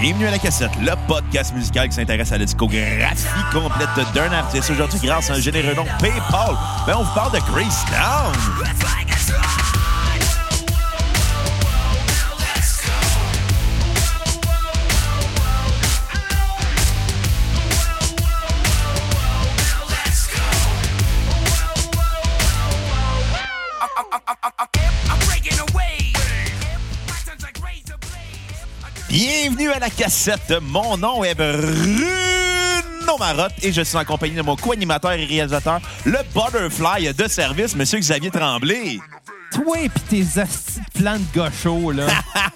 Bienvenue à la cassette, le podcast musical qui s'intéresse à la discographie complète d'un artiste. Aujourd'hui, grâce à un généreux nom PayPal, ben on vous parle de Grace Down. Bienvenue à la cassette. Mon nom est Bruno Marotte et je suis en compagnie de mon co-animateur et réalisateur, le Butterfly de service, Monsieur Xavier Tremblay. Toi et tes hosties de plans de gaucho, là.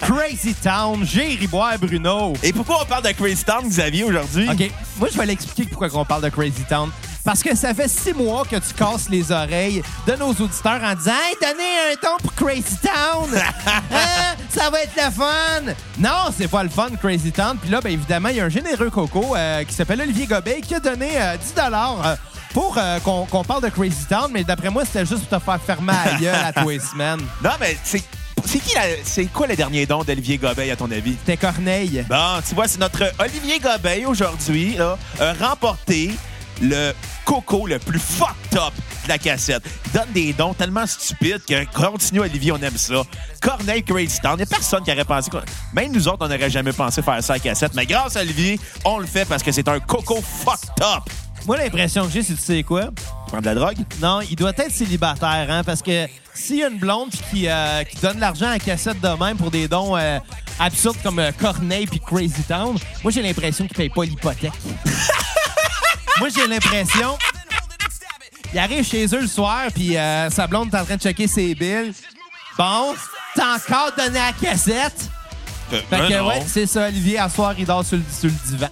Crazy Town, Jerry Boire, Bruno. Et pourquoi on parle de Crazy Town, Xavier, aujourd'hui? OK, moi, je vais l'expliquer pourquoi on parle de Crazy Town. Parce que ça fait six mois que tu casses les oreilles de nos auditeurs en disant Hey, donnez un ton pour Crazy Town! Hein? Ça va être le fun! Non, c'est pas le fun, Crazy Town. Puis là, ben évidemment, il y a un généreux coco euh, qui s'appelle Olivier Gobet qui a donné euh, 10 euh, pour euh, qu'on qu'on parle de Crazy Town, mais d'après moi, c'était juste pour te faire fermer la gueule à toi, semaine. Non, mais c'est c'est qui la- c'est quoi le dernier don d'Olivier Gobeil, à ton avis? T'es Corneille. Bon, tu vois, c'est notre Olivier Gobeil aujourd'hui là, a remporté le coco le plus fucked up de la cassette. Il donne des dons tellement stupides que continue Olivier, on aime ça. Corneille Crazy Town, il n'y a personne qui aurait pensé. qu'on- Même nous autres, on n'aurait jamais pensé faire ça à la cassette. Mais grâce à Olivier, on le fait parce que c'est un coco fucked up. Moi, l'impression que j'ai, c'est tu sais quoi? Tu prends de la drogue? Non, il doit être célibataire, hein, parce que s'il y a une blonde qui, euh, qui donne l'argent à cassette de même pour des dons euh, absurdes comme euh, Corneille puis Crazy Town, moi, j'ai l'impression qu'il paye pas l'hypothèque. moi, j'ai l'impression... Il arrive chez eux le soir, puis euh, sa blonde est en train de checker ses billes. Bon, t'as encore donné à cassette? Fait Ben que, non. ouais, c'est ça, Olivier, à soir, il dort sur le, sur le divan.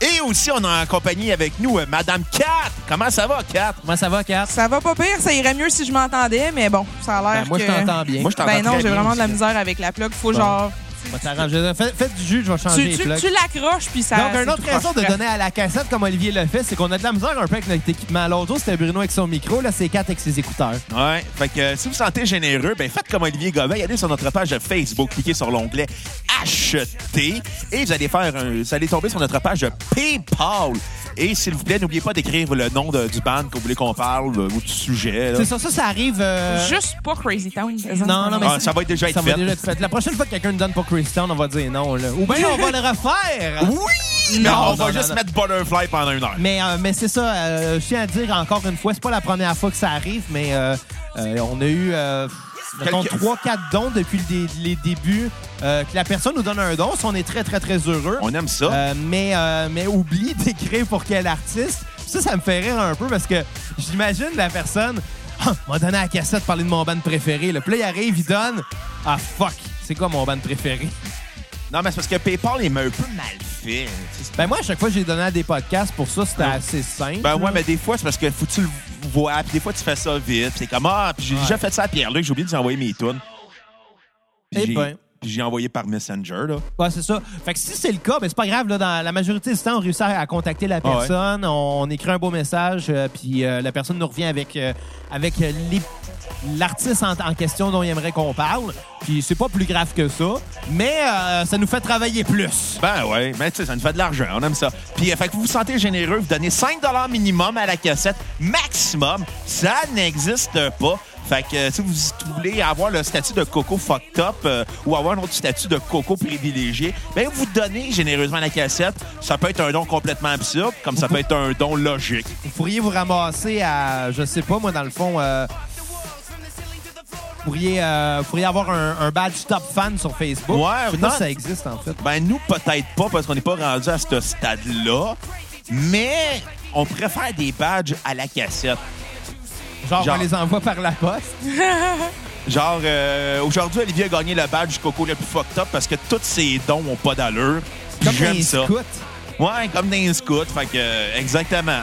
Et aussi, on a en compagnie avec nous euh, Madame Kat. Comment ça va, Kat? Moi, ça va, Kat? Ça va pas pire, ça irait mieux si je m'entendais, mais bon, ça a l'air Ben, moi, que... je t'entends bien. Moi, je t'entends Ben non, très j'ai bien vraiment de la aussi. misère avec la plug. Faut Bon. genre... Va t'arranger. Fais, fais du jus, je vais changer Tu, les tu, plugs. tu l'accroches, puis ça... Donc, c'est une autre tout raison de proche. donner à la cassette, comme Olivier le fait, c'est qu'on a de la misère un peu avec notre équipement. L'autre jour, c'était Bruno avec son micro. Là, c'est Kat avec ses écouteurs. Ouais. Fait que euh, si vous vous sentez généreux, ben faites comme Olivier Gobeil. Allez sur notre page de Facebook, cliquez sur l'onglet Acheter et vous allez faire un- vous allez tomber sur notre page de PayPal. Et s'il vous plaît, n'oubliez pas d'écrire le nom de- du band que vous voulez qu'on parle euh, ou du sujet. là. C'est ça, ça, ça arrive... euh, Juste pas Crazy Town. Non, non, mais Ah, ça va déjà être ça va fait. déjà être fait. La prochaine fois que quelqu'un nous donne pour Christian, on va dire non. Là. Ou bien on va le refaire. Oui! mais Non, on va non, juste non, mettre Butterfly pendant une heure. Mais, euh, mais c'est ça, euh, je tiens à dire encore une fois, c'est pas la première fois que ça arrive, mais euh, euh, on a eu euh, mettons, Quelques- 3-4 dons depuis le dé- les débuts. euh, que la personne nous donne un don, ça, on est très, très, très heureux. On aime ça. Euh, mais, euh, mais oublie d'écrire pour quel artiste. Ça, ça me fait rire un peu parce que j'imagine la personne Ah, m'a donné à la cassette parler de mon band préféré. Là. Puis là, il arrive, il donne Ah fuck, c'est quoi mon band préféré? Non, mais c'est parce que PayPal est un peu mal fait. Ben moi, à chaque fois que j'ai donné à des podcasts, pour ça, c'était assez simple. Ben ouais, là. mais des fois, c'est parce que faut que tu le vois, puis des fois, tu fais ça vite. puis C'est comme, ah, puis j'ai Ouais. déjà fait ça à Pierre-Luc, j'ai oublié de lui envoyer mes tunes. Puis Eh j'ai- ben. puis j'ai envoyé par Messenger, là. Ouais, c'est ça. Fait que si c'est le cas, ben c'est pas grave. Là, dans la majorité du temps, on réussit à à contacter la Ah ouais. personne, on, on écrit un beau message, euh, puis euh, la personne nous revient avec, euh, avec euh, les- l'artiste en, en question dont il aimerait qu'on parle. Puis c'est pas plus grave que ça, mais euh, ça nous fait travailler plus. Ben ouais, mais tu sais, ça nous fait de l'argent, on aime ça. Puis, euh, fait que vous vous sentez généreux, vous donnez 5 minimum à la cassette, maximum. Ça n'existe pas. Fait que euh, si vous voulez avoir le statut de coco fucked up euh, ou avoir un autre statut de coco privilégié, ben vous donnez généreusement à la cassette. Ça peut être un don complètement absurde, comme ça peut être un don logique. Vous pourriez vous ramasser à, je sais pas, moi, dans le fond, euh, vous pourriez, euh, vous pourriez avoir un, un badge top fan sur Facebook. Ouais, je sais pas non. si ça existe, en fait. Ben nous, peut-être pas, parce qu'on n'est pas rendu à ce stade-là. Mais on préfère des badges à la cassette. Genre, Genre. on les envoie par la poste. Genre, euh, aujourd'hui, Olivier a gagné le badge du coco le plus fucked up parce que tous ses dons n'ont pas d'allure. Puis Comme J'aime les ça. scouts. Ouais, comme dans les scouts. Fait que, euh, exactement.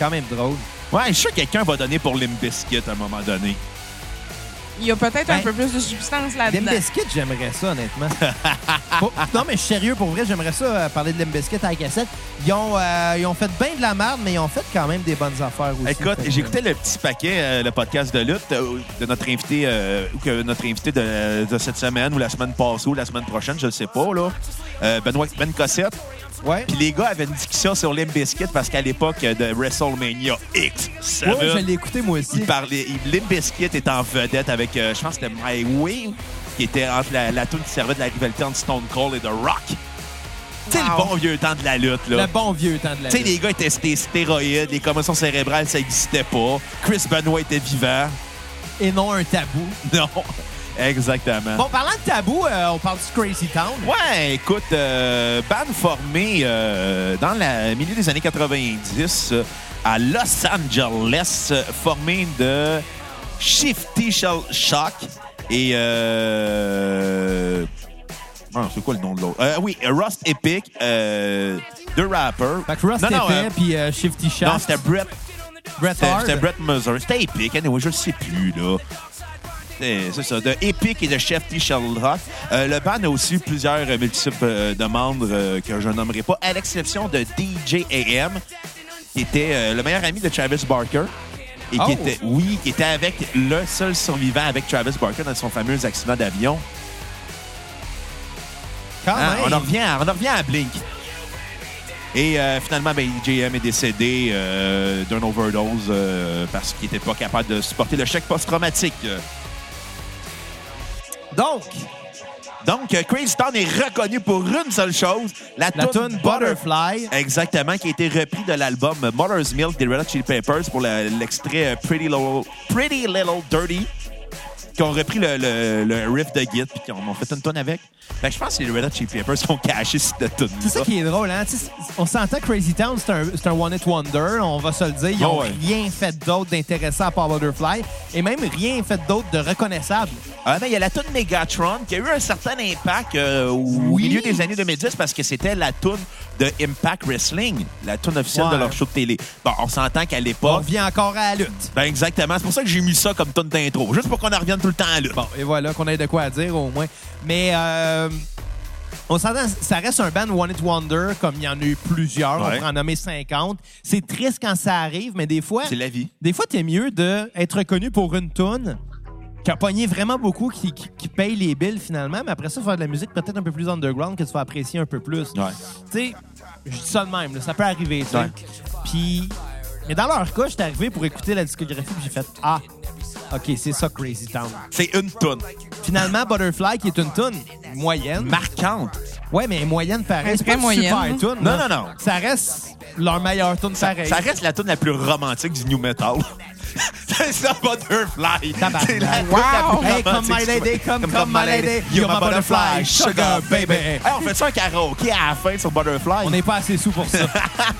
Quand même drôle. Ouais, je suis sûr que quelqu'un va donner pour Limp Bizkit à un moment donné. Il y a peut-être un Ben, peu plus de substance là-dedans. Limbiskit, j'aimerais ça, honnêtement. Pour- non, mais je suis sérieux, pour vrai, j'aimerais ça euh, parler de Limbiskit à la cassette. Ils ont, euh, ils ont fait bien de la merde, mais ils ont fait quand même des bonnes affaires aussi. Écoute, Fait que- j'écoutais le petit paquet, euh, le podcast de lutte euh, de notre invité, euh, ou que notre invité de, de cette semaine, ou la semaine passée, ou la semaine prochaine, je ne sais pas, là. Euh, Benoît Ben Cossette. Ouais. Puis les gars avaient une discussion sur Limbiskit parce qu'à l'époque de WrestleMania X, ça Ouais, je l'ai écouté, moi aussi. il parlait, il- Limp était en vedette avec, euh, je pense, que c'était My Way, qui était entre la, la tune qui servait de la rivalité entre Stone Cold et The Rock. Tu sais, le Wow. bon vieux temps de la lutte, là. Le bon vieux temps de la Tu sais, lutte. les gars étaient des stéroïdes, les commotions cérébrales, ça n'existait pas. Chris Benoit était vivant. Et non un tabou. Non, exactement. Bon, parlant de tabou, euh, on parle du Crazy Town. Ouais, écoute, euh, band formé euh, dans le milieu des années 90 euh, à Los Angeles, euh, formé de Shifty Shell Shock et... Euh, ah, c'est quoi le nom de l'autre? Euh, oui, Rust Epic, euh, deux rappers. Fait que Rust non, était, non, euh, puis euh, Shifty Shaft. non, c'était Brett Bret c'était- Hart. C'était Brett Musser. C'était Epic. Anyway, je le sais plus, là. C'est c'est ça, de Epic et de Chef T. Sherlock. Euh, le band a aussi eu plusieurs euh, multiples euh, de membres euh, que je nommerai pas, à l'exception de DJ AM, qui était euh, le meilleur ami de Travis Barker. Et Oh. qui était, oui, qui était avec le seul survivant avec Travis Barker dans son fameux accident d'avion. Quand Hein, même. on, en revient à, on en revient à Blink. Et euh, finalement, ben, JM est décédé euh, d'un overdose euh, parce qu'il n'était pas capable de supporter le chèque post-traumatique. Euh, Donc, Donc, euh, Crazy Town est reconnu pour une seule chose, la, la tune tune Butterfly. Exactement, qui a été repris de l'album Mother's Milk des Red Hot Chili Peppers pour la- l'extrait euh, Pretty, Little, Pretty Little Dirty, qui ont repris le, le- le riff de Git puis qui en ont fait une tonne avec. Fait que je pense que les Red Hot Chili Peppers qui ont caché cette tune C'est ça qui est drôle, hein? Tu sais, on s'entend que Crazy Town, c'est un, c'est un one-hit wonder, on va se le dire. Ils Ah n'ont ouais. rien fait d'autre d'intéressant à part Butterfly et même rien fait d'autre de reconnaissable. Ah ben, il y a la toune Megatron qui a eu un certain impact euh, au Oui. milieu des années 2010 parce que c'était la toune de Impact Wrestling, la toune officielle Ouais. de leur show de télé. Bon, on s'entend qu'à On l'époque... revient encore à la lutte. Ben exactement, c'est pour ça que j'ai mis ça comme toune d'intro, juste pour qu'on en revienne tout le temps à lutte. Bon, et voilà, qu'on ait de quoi à dire au moins. Mais euh, on s'entend, ça reste un band One It Wonder, comme il y en a eu plusieurs, Ouais. on pourrait en nommer 50. C'est triste quand ça arrive, mais des fois, C'est la vie. des fois, t'es mieux d'être reconnu pour une toune qui a pogné vraiment beaucoup, qui, qui- qui paye les billes finalement, mais après ça, faire de la musique peut-être un peu plus underground que tu vas apprécier un peu plus. Ouais. Tu sais, je dis ça de même, là, ça peut arriver, ça. Ouais. Puis, mais dans leur cas, j'étais arrivé pour écouter la discographie, puis j'ai fait Ah, OK, c'est ça Crazy Town. C'est une toune Finalement, Butterfly, qui est une toune moyenne. marquante. ouais, mais moyenne pareil. Un C'est vrai pas une moyenne. super toune. Non, là. non, non. Ça reste leur meilleure toune pareil. Ça reste la toune la plus romantique du new metal. c'est ça, Butterfly. Tabarnak. C'est la toune Wow. la plus Hey, romantique come my du- lady, come, come my lady. You're my butterfly, sugar baby. Hey, on fait ça un karaoké à la fin sur Butterfly. On n'est pas assez sous pour ça.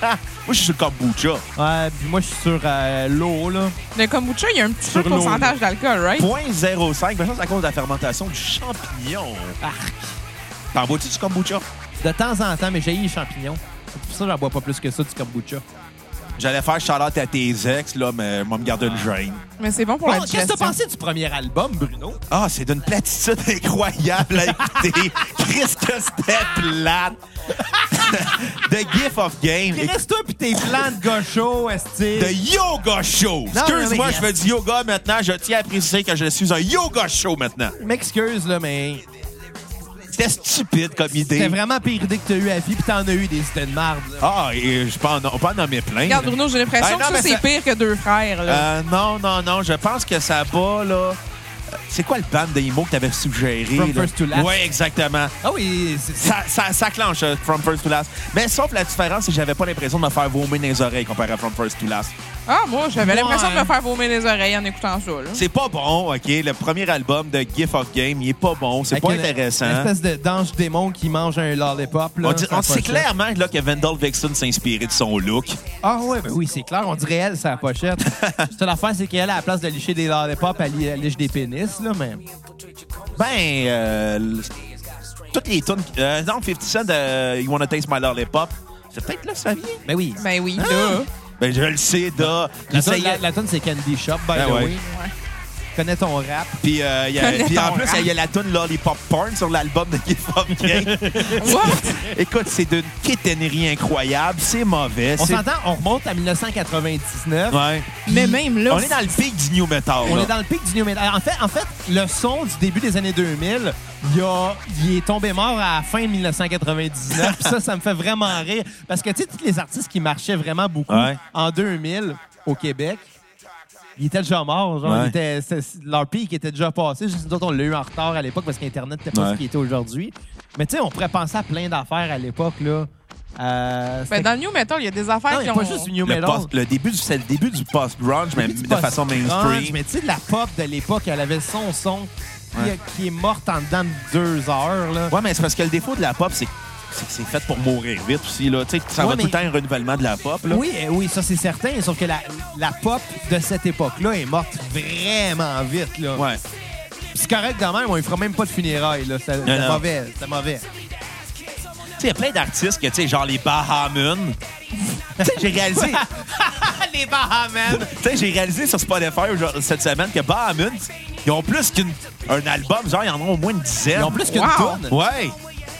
Moi, je suis sur le kombucha. Ouais, puis moi, je suis sur euh, l'eau, là. Le kombucha, il y a un petit peu de Sur l'eau, pourcentage d'alcool, right? 0.05, mais ça, c'est à cause de la fermentation du champignon. T'en bois-tu du kombucha? De temps en temps, mais j'ai les champignons. C'est pour ça que j'en bois pas plus que ça du kombucha. J'allais faire Charlotte à tes ex, là, mais moi, me garder le drain. Mais c'est bon pour Bon, la qu'est-ce que digestion. t'as pensé du premier album, Bruno? Ah, c'est d'une platitude incroyable à écouter. Christ, que c'était plate. The Gift of Game. Écoute, Reste-toi pis tes plans de gaucho, esti. The Yoga Show. Non, Excuse-moi, mais- je fais du yoga maintenant. Je tiens à préciser que je suis un Yoga Show maintenant. Je m'excuse, là, mais C'était stupide comme c'était idée. vraiment pire idée que t'as eu à vie, pis t'en as eu des idées de marde, là. Ah, et je peux en, on peut en nommer plein. Regarde, là. Bruno, j'ai l'impression Ben non, que ça, mais c'est ça- pire que deux frères. Là. Euh, non, non, non. Je pense que ça va, là. Euh, C'est quoi le band des mots que t'avais suggéré? From là? First to Last. Ouais, exactement. Ah oui, c'est- c'est- Ça, ça, ça clenche, euh, From First to Last. Mais sauf la différence, c'est que j'avais pas l'impression de me faire vomir dans les oreilles comparé à From First to Last. Ah, moi, j'avais Ouais. l'impression de me faire vomir les oreilles en écoutant ça. Là. C'est pas bon, OK? Le premier album de Gift of Game, il est pas bon. C'est avec pas une- intéressant. Une espèce de d'ange démon qui mange un lollipop, là. On, dit- Ça a on pas sait de clairement là, que Vendel Vixen s'est inspiré de son look. sens. Ah ouais, ben oui, c'est clair. On dirait elle, sa pochette. Seule affaire, c'est qu'elle, à la place de licher des lollipops, elle, li- elle liche des pénis, là, mais... Ben, euh, l- toutes les tunes... Euh, non, 50 Cent, de You Wanna Taste My Lollipop, c'est peut-être là que ça vient. Ben oui. Ben oui, Ah! là. Ben, je le sais, da. La J'essayais- tonne, la, la tonne, c'est Candy Shop, by Ah the ouais. way. Ouais. Connais ton rap. Puis, euh, il y a- Connais puis en ton plus, rap. il y a la tune Lollipop Porn sur l'album de Give Up Game. What? Écoute, c'est d'une quétainerie incroyable. C'est mauvais. On c'est- s'entend, on remonte à 1999. Ouais. Mais même là, On est dans le pic du new metal. On là. est dans le pic du new metal. En fait, en fait, le son du début des années 2000, il, a- il est tombé mort à la fin de 1999. Puis ça, ça me fait vraiment rire. Parce que, tu sais, tous les artistes qui marchaient vraiment beaucoup Ouais. en 2000 au Québec, ils étaient déjà morts. Genre, Ouais. ils étaient- c'est- leur pic était déjà passé. Juste nous autres, on l'a eu en retard à l'époque parce qu'Internet n'était pas Ouais. ce qu'il était aujourd'hui. Mais tu sais, on pourrait penser à plein d'affaires à l'époque, là. Euh, ben, c'était- dans le New Metal, il y a des affaires non, il qui y a ont. pas juste du new le, metal. post- le début du, c'est le début du post-grunge, mais Puis du de façon post-grunge, mainstream. Mais tu sais, de la pop de l'époque, elle avait son son qui, Ouais. qui est morte en dedans de deux heures. Là. Ouais, mais c'est parce que le défaut de la pop, c'est c'est que c'est fait pour mourir vite aussi. Là. Tu sais, ça Ouais, va mais- tout le temps un renouvellement de la pop. Là. Oui, eh oui, ça c'est certain, sauf que la, la pop de cette époque-là est morte vraiment vite. Là. Ouais. Puis C'est correct quand même, on ne fera même pas de funérailles. là. C'est c'est non. mauvais, c'est mauvais. Tu sais, il y a plein d'artistes que, tu sais, genre les Bahamun. tu sais, j'ai réalisé, Les Bahamen! tu sais, j'ai réalisé sur Spotify aujourd'hui- cette semaine que Bahamun, ils ont plus qu'un album. Genre, ils en ont au moins une dizaine. Ils ont plus qu'une Wow. toune. Ouais.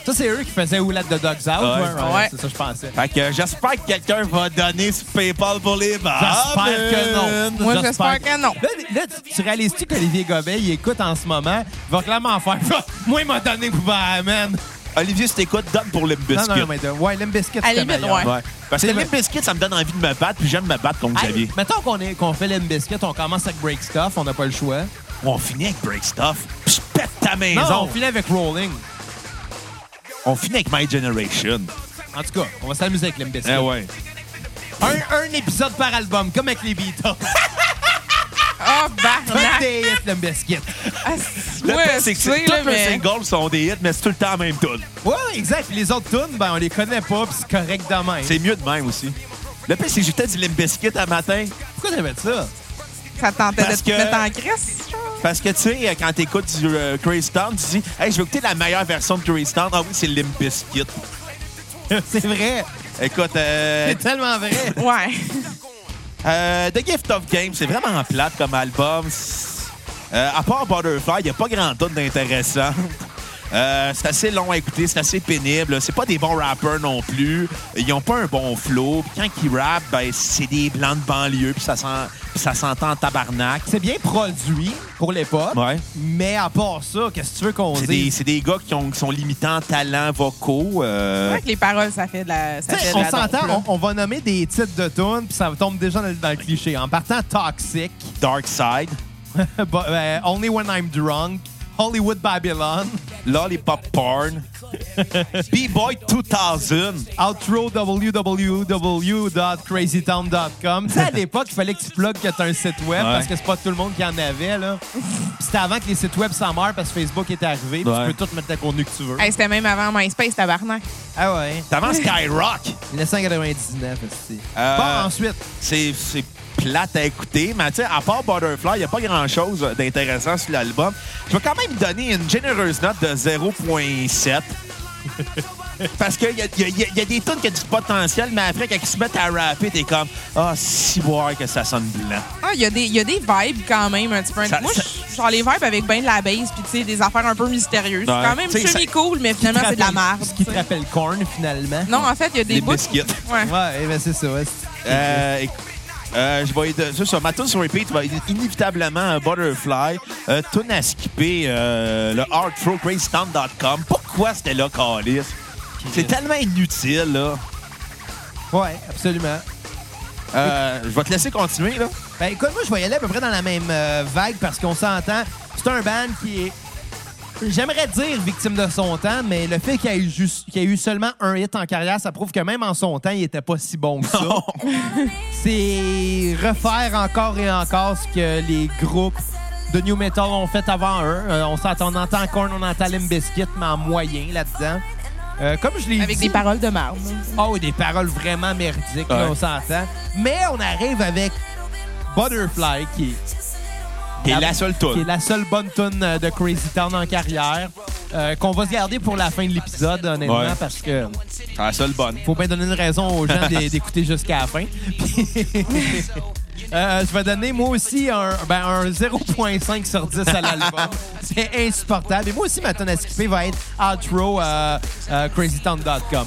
Ça, c'est eux qui faisaient Oulette de Dogs Out. hein, Ouais. Ouais. C'est ça, je pensais. Fait que euh, j'espère que quelqu'un va donner ce PayPal pour les Bahamun. J'espère que non. Moi, j'espère que non. Là, là, tu, tu réalises-tu qu'Olivier Gobet, il écoute en ce moment, il va clairement faire « Moi, il m'a donné pour Bahamen! Olivier, si t'écoutes, donne pour les Non, biscuits. non, mais de, ouais, Limp Bizkit, À la c'était limite, meilleur. ouais. Ouais. Parce que C'est les biscuits, ça me donne envie de me battre, puis j'aime me battre contre Hey, Xavier. mettons qu'on est- qu'on fait Limp Bizkit, on commence avec Break Stuff, on n'a pas le choix. On finit avec Break Stuff. Puis je pète ta maison. Non, on finit avec Rolling. On finit avec My Generation. En tout cas, on va s'amuser avec Limp Bizkit. Eh ouais. un, un épisode par album, comme avec les Beatles. Ah, Faites barnac! des hits, Limp Bizkit. Ah, c'est- Le Ouais, truc, c'est que c'est- c'est tous là, les mais. singles sont des hits, mais c'est tout le temps la même tune. Ouais, exact. Puis les autres tunes, ben, on les connaît pas, puis c'est correct de même. C'est mieux de même aussi. Le pire, c'est que j'ai peut-être du Limp Bizkit à matin. Pourquoi t'avais ça? Ça te tentait de Parce te que- mettre en crise? Parce que, tu sais, quand t'écoutes du euh, Crazy Town, tu dis, hey, je vais écouter la meilleure version de Crazy Town. Ah oui, c'est Limp Bizkit. c'est vrai. Écoute, euh, C'est tellement vrai. Ouais. euh, The Gift of Game, c'est vraiment plate comme album. C'est- euh, à part Butterfly, il n'y a pas grand tune d'intéressant. Euh, c'est assez long à écouter, c'est assez pénible. C'est pas des bons rappers non plus. Ils ont pas un bon flow. Puis quand ils rappent, ben, c'est des blancs de banlieue, puis ça, sent, puis ça s'entend en tabarnak. C'est bien produit pour l'époque. Ouais. Mais à part ça, qu'est-ce que tu veux qu'on C'est dise? des, c'est des gars qui, ont, qui sont limitants en talent vocaux. C'est euh, vrai que les paroles, ça fait de la. Ça Tu fait sais, de on la dope, là. s'entend, on, on va nommer des titres de tunes, puis ça tombe déjà dans, le- dans le cliché. hein. En partant, Toxic, Dark Side, Bo- euh, Only When I'm Drunk, Hollywood Babylon, Lollipop Porn, B-Boy 2000. Outro www.crazytown.com. Tu sais, à l'époque, il fallait que tu plugues que t'as un site web, parce que c'est pas tout le monde qui en avait. là. Puis C'était avant que les sites web s'en meurent, parce que Facebook est arrivé, puis Ouais. tu peux tout mettre le contenu que tu veux. Hey, C'était même avant MySpace, tabarnak. Ah ouais, T'avant Skyrock. 1999, c'est... Euh, Bon, ensuite, c'est, c'est plate à écouter, mais tu sais, à part Butterfly, il n'y a pas grand-chose d'intéressant sur l'album. Je vais quand même donner une généreuse note de 0.7. Parce qu'il y a, y a- y a- y a des tonnes qui ont du potentiel, mais après, quand ils se mettent à rapper, t'es comme Ah, si boire que ça sonne blanc. Ah, il y, a des- il y a des vibes quand même un petit peu. Ça- Moi, ça- je- genre les vibes avec ben de la base, puis tu sais, des affaires un peu mystérieuses. Ouais. C'est quand même Tu sais, semi-cool, mais finalement, Ah, c'est de la merde. Ce qui te rappelle Korn, finalement. Non, en fait, il y a des Les bouts- biscuits. Ouais. Ouais, ben c'est ça. ouais, c'est- Euh, éc- euh, je vais être- c'est ça, ma tune sur repeat va être inévitablement Butterfly. Euh, tune à skipper euh, le hardthrowcrazytown.com. Pourquoi c'était là, Calis? C'est tellement inutile, là. Ouais, absolument. Euh, je vais te laisser continuer, là. Ben écoute, moi je vais y aller à peu près dans la même euh, vague parce qu'on s'entend. C'est un band qui est. J'aimerais dire victime de son temps, mais le fait qu'il ait, juste- qu'il ait eu seulement un hit en carrière, ça prouve que même en son temps, il était pas si bon que ça. C'est refaire encore et encore ce que les groupes de new metal ont fait avant eux. Euh, on s'entend, on entend Korn, on entend Limp Bizkit, mais en moyen là-dedans. Euh, comme je l'ai Avec dit- des paroles de merde. Oh, des paroles vraiment merdiques, là, Ouais. on s'entend. Mais on arrive avec Butterfly, qui est, T'es la seule qui est tune. la seule bonne tune euh, de Crazy Town en carrière, euh, qu'on va se garder pour la fin de l'épisode, honnêtement, Ouais. parce que La seule bonne. faut bien donner une raison aux gens d'é- d'écouter jusqu'à la fin. Puis- Euh, je vais donner moi aussi un, ben, un 0.5 sur 10 à l'album. C'est insupportable. Et moi aussi, ma tonne à skipper va être outro euh, euh, crazytown.com.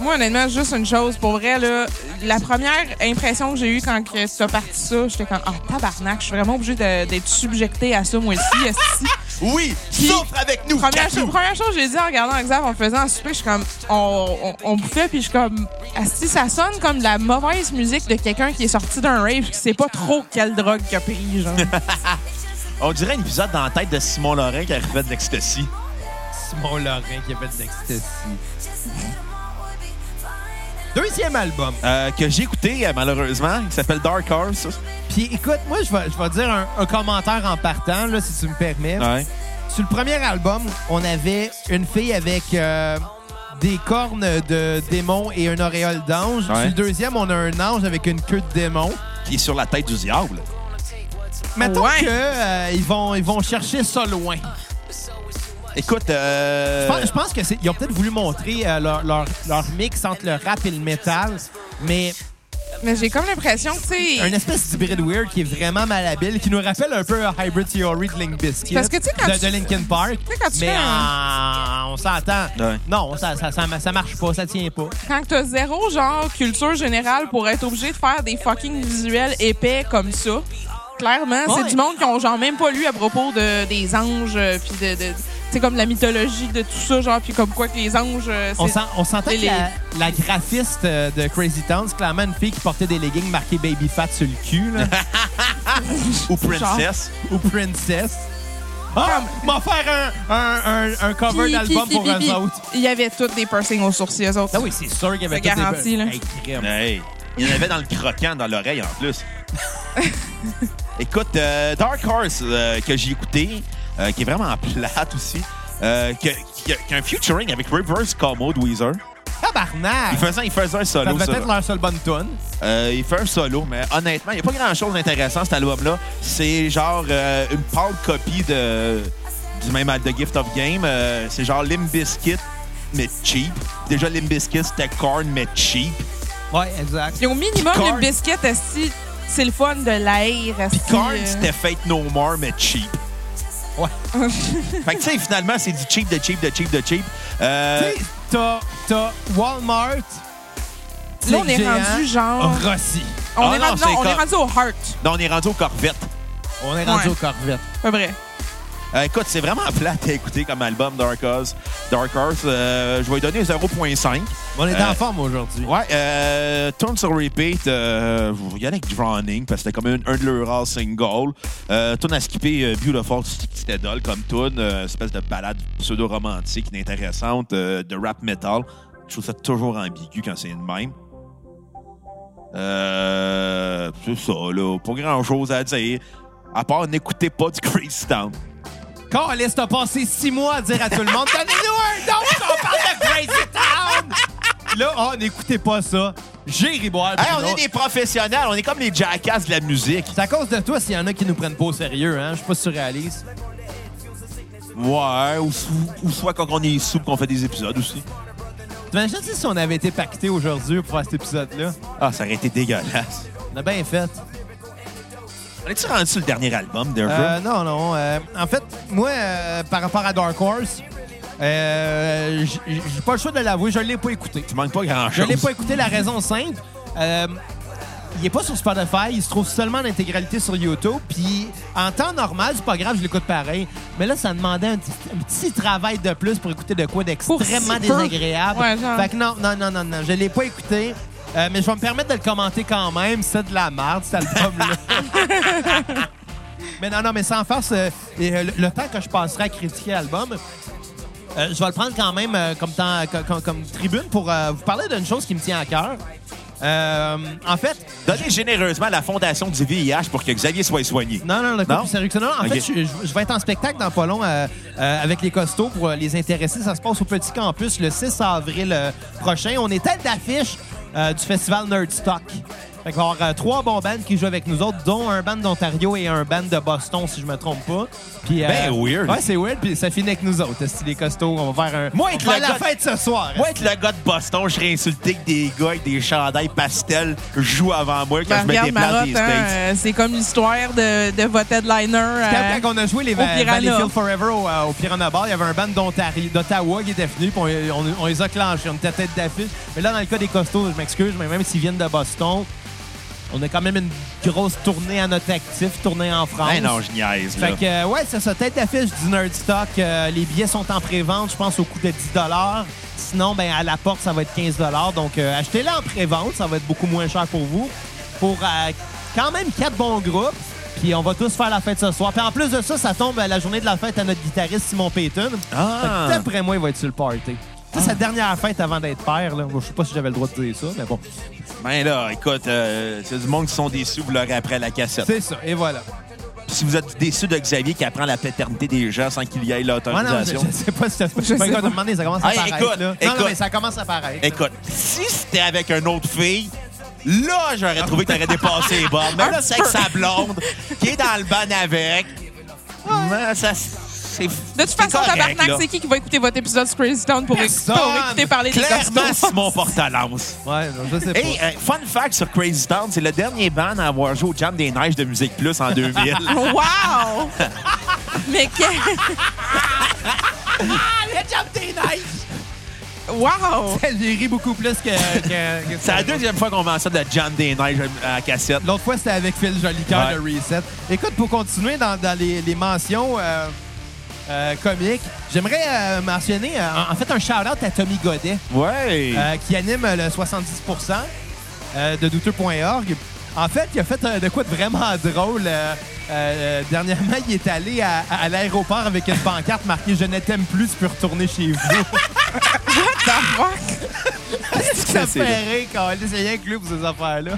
Moi, honnêtement, juste une chose, pour vrai, là, la première impression que j'ai eue quand que ça parti ça, j'étais comme, ah, tabarnak, je suis vraiment obligée de- d'être subjectée à ça, moi aussi, esti. Oui, Qui- souffre avec nous, Première, Katou. chose- première chose que j'ai dit en regardant Xav, en faisant un souper, je suis comme, on, on, on bouffait, puis je suis comme, esti, ça sonne comme de la mauvaise musique de quelqu'un qui est sorti d'un rave, qui sait pas trop quelle drogue qu'il a pris, genre. On dirait un épisode dans la tête de Simon Lorrain qui arrivait de l'ecstasy. Simon Lorrain qui a fait de l'ecstasy. Deuxième album. Euh, que j'ai écouté, euh, malheureusement, qui s'appelle Dark Horse. Puis écoute, moi, je vais, je vais dire un, un commentaire en partant, là, si tu me permets. Ouais. Sur le premier album, on avait une fille avec euh, des cornes de démon et une auréole d'ange. Ouais. Sur le deuxième, on a un ange avec une queue de démon. Qui est sur la tête du diable. Mettons Ouais. que euh, ils, vont, ils vont chercher ça loin. Écoute, euh, Je pense- Je pense que c'est- ils ont peut-être voulu montrer euh, leur, leur, leur mix entre le rap et le métal, mais Mais j'ai comme l'impression que, tu sais, un espèce d'hybride weird qui est vraiment malhabile, qui nous rappelle un peu euh, Hybrid Theory de Link Bizkit, Parce que, tu sais, quand de, tu- de Linkin Park. Tu sais, quand tu mais fais euh, on s'entend. Ouais. Non, ça, ça, ça, ça marche pas, ça tient pas. quand t'as zéro genre culture générale pour être obligé de faire des fucking visuels épais comme ça, clairement, Ouais. c'est du monde qui ont genre même pas lu à propos de, des anges, euh, puis de, de c'est comme la mythologie de tout ça, genre, puis comme quoi que les anges, euh, On c'est- s'en- on s'entend c'est que les- la, la graphiste euh, de Crazy Town, c'est clairement une fille qui portait des leggings marqués Baby Fat sur le cul, là, ou Princess. ou Princess. Ah, m'en faire un, un, un, un cover Puis- d'album puis- pour puis- puis- eux autres. Il y avait toutes des piercings aux sourcils, eux autres. Ah oui, c'est sûr qu'il y avait C'est toutes des- garanti, là. Hey, crème. Hey, il y en avait dans le croquant, dans l'oreille en plus. Écoute, euh, Dark Horse, euh, que j'ai écouté, euh, qui est vraiment plate aussi, euh, que- qui a, qui a un featuring avec Reverse Como de Weezer. Tabarnak! Il faisait, il faisait un Ça solo. devait ça. être leur seule bonne tune. Euh, il fait un solo, mais honnêtement, il n'y a pas grand-chose d'intéressant, cet album-là. C'est genre euh, une pâle copie de, du même album de Gift of Game. Euh, c'est genre Limp Bizkit, mais cheap. Déjà, Limp Bizkit, c'était Korn, mais cheap. Ouais, exact. Puis au minimum, Corn. le biscuit, esti, c'est le fun de l'air, esti, Korn, euh, c'était Fate No More, mais cheap. Ouais. Fait que, tu sais, finalement, c'est du cheap, de cheap, de cheap, de cheap. Euh, Tu sais, t'as- t'as Walmart. Là, on est Géant, rendu genre... Rossi. On, Ah est non, rendu, c'est non, on est Corn. rendu au heart, non, on est rendu au Corvette. On est rendu Ouais. au Corvette. pas vrai. Euh, écoute, c'est vraiment plate à écouter comme album, Dark Horse. Dark Horse, euh, je vais lui donner 0.5. On est Euh, en forme aujourd'hui. Ouais, euh, Turn sur Repeat, euh, vous regardez avec Drowning, parce que c'était comme un, un de leurs singles. Euh, tune à skipper euh, Beautiful, c'était dole comme tune, euh, espèce de balade pseudo-romantique, inintéressante, euh, de rap metal. Je trouve ça toujours ambigu quand c'est une même. Euh, c'est ça, là. Pas grand-chose à dire. À part n'écoutez pas du Crazy Town. Quand Alice t'as passé six mois à dire à tout le monde, donnez-nous un don, on parle de Crazy Town! Là, oh, n'écoutez pas ça. J'ai riboire. Hey, on est des professionnels, on est comme les jackasses de la musique. C'est à cause de toi s'il y en a qui nous prennent pas au sérieux, hein. Je suis pas surréaliste. Ouais, ou, sou- ou soit quand on est sous qu'on fait des épisodes aussi. T'imagines si on avait été pacté aujourd'hui pour faire cet épisode-là? Ah, ça aurait été dégueulasse. On a bien fait. On est-tu rendu sur le dernier album de Euh, non, non. euh, en fait, moi, euh, par rapport à Dark Horse, euh, j- j- j'ai pas le choix de l'avouer, je l'ai pas écouté. Tu manques pas Je grand-chose. l'ai pas écouté, la raison simple. euh, il est pas sur Spotify, il se trouve seulement en intégralité sur YouTube. Puis en temps normal, c'est pas grave, je l'écoute pareil. Mais là, ça demandait un petit, un petit travail de plus pour écouter de quoi d'extrêmement Pour si peu. désagréable. Ouais, genre. fait que non, non, non, non, non, je l'ai pas écouté. Euh, mais je vais me permettre de le commenter quand même. C'est de la merde, cet album-là. mais non, non, mais sans farce, euh, et, euh, le- le temps que je passerai à critiquer l'album, euh, je vais le prendre quand même euh, comme, temps- co- co- comme tribune pour euh, vous parler d'une chose qui me tient à cœur. Euh, en fait, Donnez généreusement à la fondation du VIH pour que Xavier soit soigné. non, non, le coup Non? plus sérieux que ça. Non, en Ok. fait, je, je- je vais être en spectacle dans pas long euh, euh, avec les costauds pour euh, les intéresser. Ça se passe au Petit Campus le 6 avril euh, prochain. On est tête d'affiche euh, du festival Nerdstock. Fait qu'il va y avoir euh, trois bons bands qui jouent avec nous autres, dont un band d'Ontario et un band de Boston, si je me trompe pas. Puis, euh, Ben, weird. Ouais, c'est weird, puis ça finit avec nous autres. C'est les costauds. On va faire un. Moi, on être le va faire gars- la fête ce soir. Moi, être le gars de Boston, je serais insulté que des gars avec des chandails pastels jouent avant moi quand Ben, je me regarde, déplace Marotte, des hein, States. euh, c'est comme l'histoire de, de votre headliner. euh, Quand, quand on a joué les Va- Piranha. Valleyfield Forever au, euh, au Piranha Bar, il y avait un band d'Ontario- d'Ottawa qui était venu, puis on, on- on les a clenchés. On était tête d'affiche. Mais là, dans le cas des costauds, je m'excuse, mais même s'ils viennent de Boston, on a quand même une grosse tournée à notre actif, tournée en France. Ben non, je niaise, là. Fait que, euh, ouais, c'est ça, tête d'affiche du Nerd Stock. Euh, les billets sont en pré-vente, je pense, au coût de 10 Sinon, ben, à la porte, ça va être 15 Donc, euh, achetez-les en pré-vente, ça va être beaucoup moins cher pour vous. Pour euh, quand même quatre bons groupes. Puis on va tous faire la fête ce soir. Puis en plus de ça, ça tombe à la journée de la fête à notre guitariste Simon Payton. Fait Ah! que D'après moi, il va être sur le party. C'est sa dernière fête avant d'être père. Là. Bon, Je sais pas si j'avais le droit de dire ça, mais bon. Ben là, écoute, euh, c'est du monde qui sont déçus, vous l'aurez après la cassette. C'est ça, et voilà. Puis si vous êtes déçus de Xavier qui apprend la paternité des gens sans qu'il y ait Ouais, non, je, l'autorisation, je sais pas si ça Je sais Fait que, pas. à un moment donné, ça commence à Hey, paraître. écoute, là. Non, écoute. non, mais ça commence à paraître. écoute, si c'était avec une autre fille, là, j'aurais trouvé que t'aurais dépassé les bornes. Mais là, c'est avec sa blonde qui est dans le ban avec. Ben, ça, c'est De toute façon, tabarnak, c'est c'est qui qui va écouter votre épisode sur Crazy Town pour, éc- Personne. pour écouter parler des Clairement, costauds? Simon Portalance. Ouais, non, je sais pas. Hey, euh, fun fact sur Crazy Town, c'est le dernier band à avoir joué au Jam des Neiges de Musique Plus en 2000. Wow! Mais que... Wow! J'ai ri beaucoup plus que. que- que c'est la deuxième fois qu'on vend ça de Jam des Neiges à la cassette. L'autre fois, c'était avec Phil Jolicoeur Ouais. de Reset. Écoute, pour continuer dans, dans les, les mentions euh, euh, comiques, j'aimerais euh, mentionner, euh, en- en fait, un shout-out à Tommy Godet. Ouais. euh, qui anime le 70% euh, de douteux.org. En fait, il a fait euh, de quoi de vraiment drôle. euh, euh, dernièrement, il est allé à, à- à l'aéroport avec une pancarte marquée Je ne t'aime plus, tu peux retourner chez vous. Tabarnak! ça c'est fait rire quand on essayait avec lui pour ces affaires-là.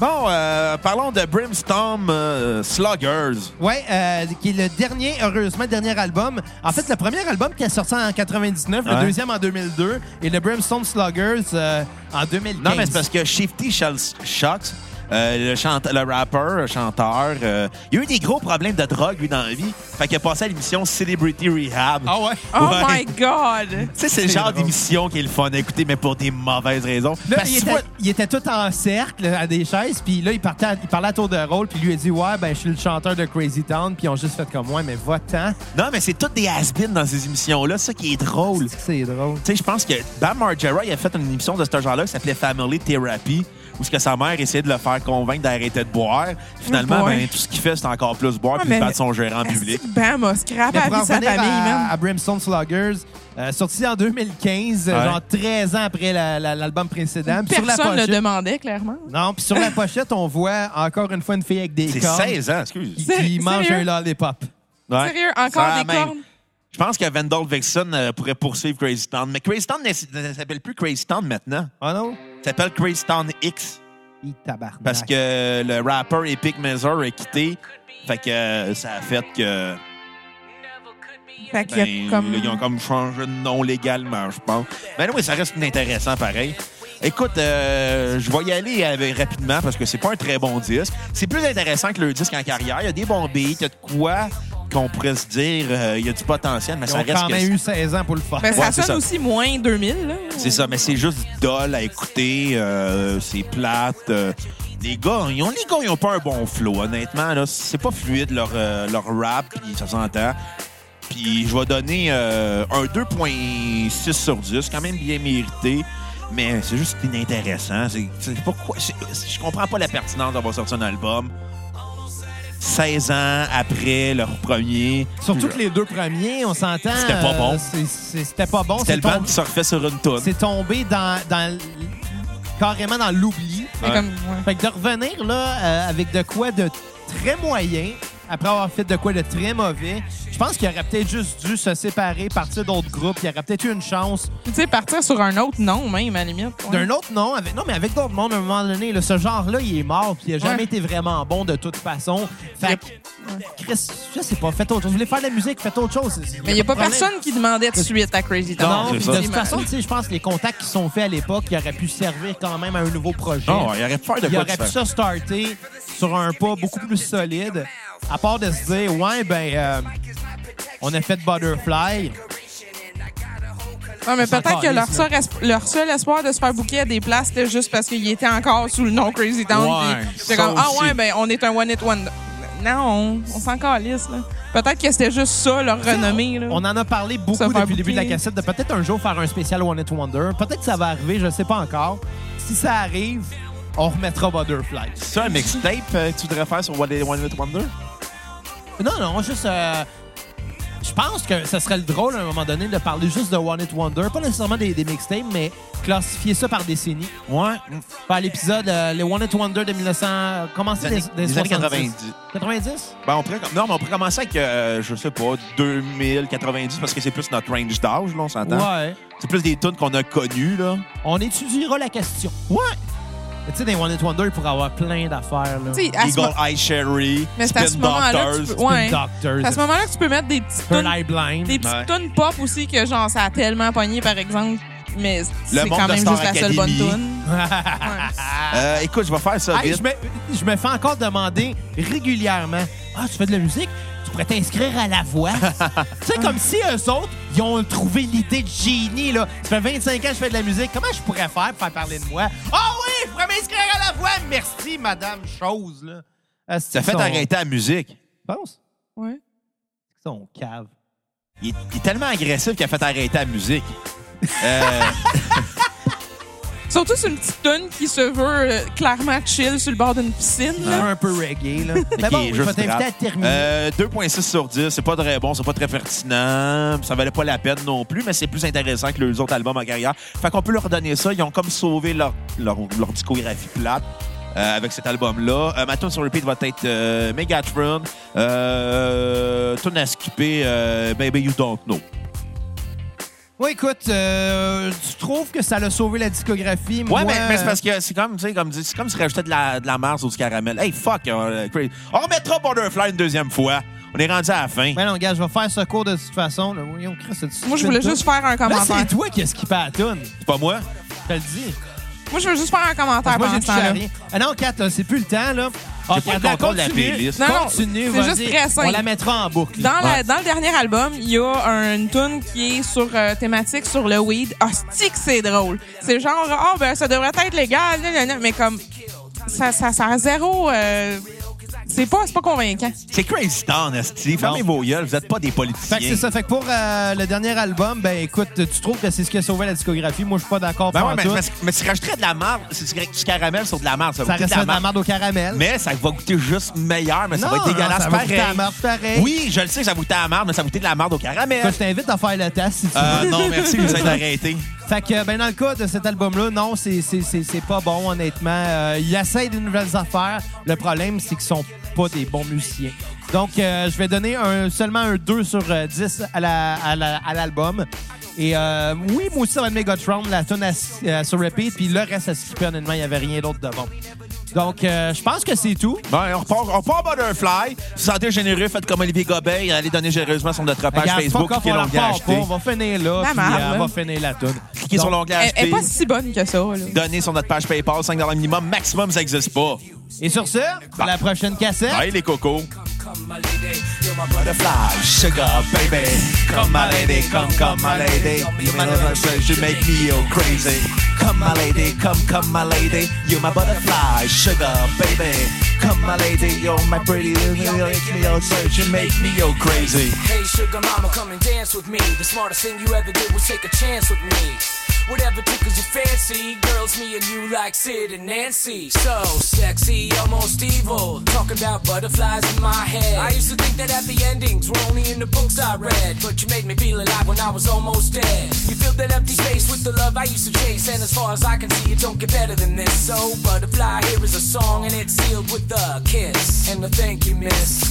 Bon, euh, parlons de Brimstone euh, Sluggers. Oui, euh, qui est le dernier, heureusement, dernier album. En fait, le premier album qui est sorti en 99, Ouais. le deuxième en 2002 et le Brimstone Sluggers euh, en 2015. Non, mais c'est parce que Shifty Shell- Shocks, euh, le, chante- le rappeur, le chanteur, euh, il a eu des gros problèmes de drogue, lui, dans la vie. Fait qu'il a passé à l'émission Celebrity Rehab. Ah ouais? Oh Ouais. my God! Tu sais, c'est le C'est genre drôle. d'émission qui est le fun à écouter, mais pour des mauvaises raisons. Là, Parce que il, tu était, vois- il était tout en cercle euh, à des chaises, puis là, il, partait à- il parlait à tour de rôle, puis lui a dit Ouais, ben, je suis le chanteur de Crazy Town, puis ils ont juste fait comme Ouais, mais va-t'en. Non, mais c'est toutes des has dans ces émissions-là, ça qui est drôle. C'est que C'est drôle. Tu sais, je pense que Bam Margera, il a fait une émission de ce genre-là qui s'appelait Family Therapy, où ce que sa mère essayait de le faire convaincre d'arrêter de boire. Finalement, Oh boy. ben, tout ce qu'il fait, c'est encore plus boire Ah, puis mais- battre son gérant en Asti public. que Ben Bam a scrapé Mais la pour vie en de sa famille, revenir à, man. à Brimstone Sluggers, euh, sorti en 2015, euh, Ouais. genre 13 ans après la- la- l'album précédent. puis sur la Personne ne pochette- le demandait, clairement. Non, puis sur la pochette, on voit encore une fois une fille avec des C'est cornes 16 ans, excuse. qui, C'est- qui mange un sérieux? lollipop. Ouais. Sérieux, encore Ça, des même. cornes? Je pense que Vendel Vixen euh, pourrait poursuivre Crazy Town. Mais Crazy Town ne s- ne s'appelle plus Crazy Town maintenant. Oh non? Ça s'appelle Crazy Town X Il tabarnak. parce que le rappeur Epic Measure a quitté. Fait que euh, ça a fait que. Fait qu'il y a Ben, comme... là, ils ont comme changé de nom légalement, je pense. Mais oui, ça reste intéressant pareil. Écoute, euh, je vais y aller avec- rapidement parce que c'est pas un très bon disque. C'est plus intéressant que le disque en carrière. Il y a des bons beats, il y a de quoi qu'on pourrait se dire, euh, il y a du potentiel, mais Ils ça ont reste quand que même eu 16 ans pour le faire. Ben, Ouais, ça c'est sonne ça. aussi moins 2000, là. c'est ça. Mais c'est juste dol à écouter, euh, c'est plate. euh. les gars, ils ont les gars, ils ont pas un bon flow. Honnêtement, là, c'est pas fluide leur euh, leur rap, puis ça s'entend. Puis je vais donner euh, un 2.6 sur 10, quand même bien mérité. Mais c'est juste inintéressant. C'est, c'est pourquoi c'est- je comprends pas la pertinence d'avoir sorti un album 16 ans après leur premier. Surtout que les deux premiers, on s'entend. C'était pas bon. euh, c'est- c'est- C'était pas bon. c'était C'est le band tombé, qui se refait sur une toune. c'est tombé dans, dans l- carrément dans l'oubli. Ah. Mais Ouais. comme- ouais. Fait que de revenir là euh, avec de quoi de très moyen, après avoir fait de quoi de très mauvais, je pense qu'il aurait peut-être juste dû se séparer, partir d'autres groupes. Il aurait peut-être eu une chance Tu sais, partir sur un autre nom, même, à la limite. ouais. d'un autre nom. Avec... Non, mais avec d'autres mondes, à un moment donné, là, ce genre-là, il est mort, puis il a jamais Ouais. été vraiment bon de toute façon. Fait que, Chris, je sais pas, faites autre chose. Vous voulez faire de la musique, faites autre chose. Mais il n'y a pas de problème. personne qui demandait de suite à Crazy Town. Non, Non, c'est puis ça. de toute façon, tu sais, je pense que les contacts qui sont faits à l'époque, ils auraient pu servir quand même à un nouveau projet. Non, Ah il aurait pu faire de Il quoi aurait pu différent. se starter sur un pas beaucoup plus solide, à part de se dire, ouais, ben, euh, on a fait Butterfly. Ouais, Ah, mais C'est peut-être encore que leur lisse, seul, esp- leur seul espoir de se faire bouquer à des places, c'était juste parce qu'il était encore sous le nom Crazy Town. Ouais, puis c'était ça comme, ah aussi. ouais, ben on est un one hit one. Non, on, on s'en calisse, là. Peut-être que c'était juste ça, leur renommée, là. On en a parlé beaucoup Ça depuis va le début de la bouquer. cassette, de peut-être un jour faire un spécial One It Wonder. Peut-être que ça va arriver, je sais pas encore. Si ça arrive, on remettra Butterfly. C'est ça un mixtape euh, que tu voudrais faire sur One Day One Minute Wonder? Non, non, juste. euh, je pense que ce serait le drôle à un moment donné de parler juste de One It Wonder, pas nécessairement des, des mixtapes, mais classifier ça par décennie. Ouais. Par l'épisode, euh, les One It Wonder de 1900. Commencer Des euh, des, années- des des années 70. 90. 90? Ben, on pourrait, com- non, mais on pourrait commencer avec, euh, je sais pas, 2090, parce que c'est plus notre range d'âge, là, on s'entend. Ouais. C'est plus des tunes qu'on a connues, là. On étudiera la question. Ouais! Tu sais, des One It Wonder, il pourrait avoir plein d'affaires. là. Tu sais, à ce Eagle mo- Eye Sherry, Mais c'est à Spin ce moment-là que tu Doctors. peux- ouais. Doctors. à ce moment-là que tu peux mettre des petites Turn tunes- Eye Blind. des petites Ouais. tunes pop aussi que genre ça a tellement pogné par exemple, mais c'est monde quand de même Star juste la seule bonne Academy. tune. Ouais. Euh, écoute, je vais faire ça Hey, vite. je, me, je me fais encore demander régulièrement Ah, tu fais de la musique Tu pourrais t'inscrire à la voix. tu sais, comme si eux autres, ils ont trouvé l'idée de génie. là. Ça fait 25 ans que je fais de la musique. Comment je pourrais faire pour faire parler de moi Ah oui, je pourrais m'inscrire à la voix. Merci, madame Chose. Là. Ah, Ça fait arrêter la musique. Je pense Ouais. qu'ils sont caves. Il est, il est tellement agressif qu'il a fait arrêter la musique. Euh, Surtout c'est une petite tune qui se veut euh, clairement chill sur le bord d'une piscine. là. Un peu reggae. Là. qui Mais Ben bon, est je vais juste t'inviter rap. à terminer. Euh, 2.6 sur 10, c'est pas très bon, c'est pas très pertinent, ça valait pas la peine non plus, mais c'est plus intéressant que les autres albums en carrière. Fait qu'on peut leur donner ça, ils ont comme sauvé leur, leur, leur discographie plate. euh, avec cet album-là. Euh, ma tune sur repeat va être euh, Megatron. Euh, tune à skipper, euh, Baby You Don't Know. Oui, écoute, euh, tu trouves que ça l'a sauvé la discographie. Ouais, Moi, mais, mais c'est euh, parce que c'est comme, tu sais, comme, dit- c'est comme si rajoutais de la, de la Mars au petit caramel. Hey, fuck, euh, crazy. On remettra Borderfly une deuxième fois. On est rendu à la fin. Ben non, gars, je vais faire ce cours de toute façon. Là. Voyons, Chris, as-tu Moi je fait voulais tout? juste faire un Ben, Là, commentaire. c'est toi qui as skippé à la toune. C'est pas moi. Je te le dis. Moi je veux juste faire un commentaire Parce que moi, Ah, pendant j'ai ce touché à temps-là. rien. Ah non, Kat, là, c'est plus le temps, là. Ah, J'ai pas le Kat, là, contrôle de la continue. playlist. Non, non, Continue, c'est vas-y. juste très simple. On la mettra en boucle. Dans, la- Ouais. dans le dernier album, il y a un- une tune qui est sur euh, thématique sur le weed. Ah, c'est-tu que c'est drôle. C'est genre, ah, ben, ça devrait être légal, nan, nan, nan. mais comme, ça, ça, ça a zéro. euh, c'est pas, c'est pas convaincant. C'est Crazy Town, Esti. Fermez vos gueules, vous êtes pas des politiciens. Fait que c'est ça. Fait que pour euh, le dernier album, ben écoute, tu trouves que c'est ce qui a sauvé la discographie. Moi, je suis pas d'accord Ben ouais, pour mais, tout. mais, mais tu rajouterais de la marde, c'est du, du caramel sur de la marde. Ça, Ça va reste goûter de la marde. merde au caramel. Mais ça va goûter juste meilleur, mais ça va Non, être dégueulasse ça va goûter pareil. à la marde pareil. Oui, je le sais que ça va goûter à la marde, mais ça va goûter de la marde au caramel. Fait que je t'invite à faire le test si tu Euh, veux. non, merci, vous êtes arrêté. Fait que, ben, dans le cas de cet album-là, non, c'est- c'est c'est- c'est pas bon, honnêtement. Euh, ils essayent de nouvelles affaires. Le problème, c'est qu'ils sont pas des bons musiciens. Donc, euh, je vais donner un, seulement un 2 sur euh, 10 à la- à la- à l'album. Et euh, oui, moi aussi, ça va être Megatron, la tune à, euh, sur repeat, puis le reste à skipper, honnêtement, il n'y avait rien d'autre de bon. Donc, euh, je pense que c'est tout. Ben, on repart, on repart Butterfly. Si vous sentez généreux, faites comme Olivier Gobin. Allez donner généreusement sur notre page Regarde, Facebook. fuck off, Cliquez on, la l'onglet repart pas, acheter. on va finir là, La puis marde, euh, on là. va finir la tune. Cliquez sur l'onglet Elle, elle est acheter. pas si bonne que ça, là. Donner sur notre page PayPal, 5 minimum. Maximum, ça n'existe pas. Et sur ce, Bah. à la prochaine cassette. Bye, les cocos. Come, my lady, you're my butterfly. Butterfly, sugar, baby. Come, my lady, come, come, my lady. You my butterfly, you make me go crazy. Come, my lady, come, come, my lady. You my butterfly, sugar, baby. Come, my lady, you're my pretty. You make me go crazy. You make me go crazy. Hey, sugar mama, come and dance with me. The smartest thing you ever did was take a chance with me. Whatever tickles your fancy, girls, me and you like Sid and Nancy. So sexy, almost evil. Talking about butterflies in my head. I used to think that happy endings were only in the books I read. But you made me feel alive when I was almost dead. You filled that empty space with the love I used to chase. And as far as I can see, it don't get better than this. So, butterfly, here is a song, and it's sealed with a kiss. And a thank you, miss.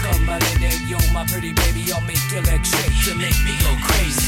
Come my lady, you're my pretty baby, I'll make your legs shake, you make me go crazy. Uh-huh.